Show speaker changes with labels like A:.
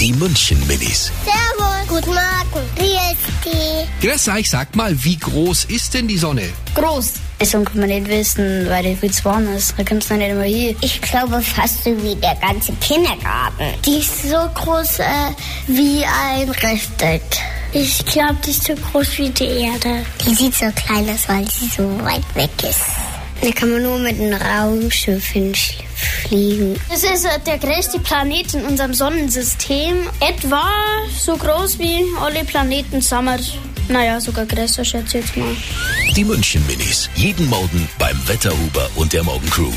A: Die München Minis.
B: Servus. Guten Morgen. Wie ist die?
A: Grüß euch, sagt mal, wie groß ist denn die Sonne?
C: Groß.
D: Deswegen kann man nicht wissen, weil die viel zu warm ist. Da kommt es nicht immer hier.
E: Ich glaube fast so wie der ganze Kindergarten.
B: Die ist so groß äh, wie ein Rechteck. Ich glaube, die ist so groß wie die Erde.
E: Die sieht so klein aus, weil sie so weit weg ist.
D: Da kann man nur mit einem Raumschiff hinfliegen.
C: Es ist äh, der größte Planet in unserem Sonnensystem. Etwa so groß wie alle Planeten zusammen. Naja, sogar größer, schätze ich jetzt mal.
A: Die München Minis. Jeden Morgen beim Wetterhuber und der Morgencrew.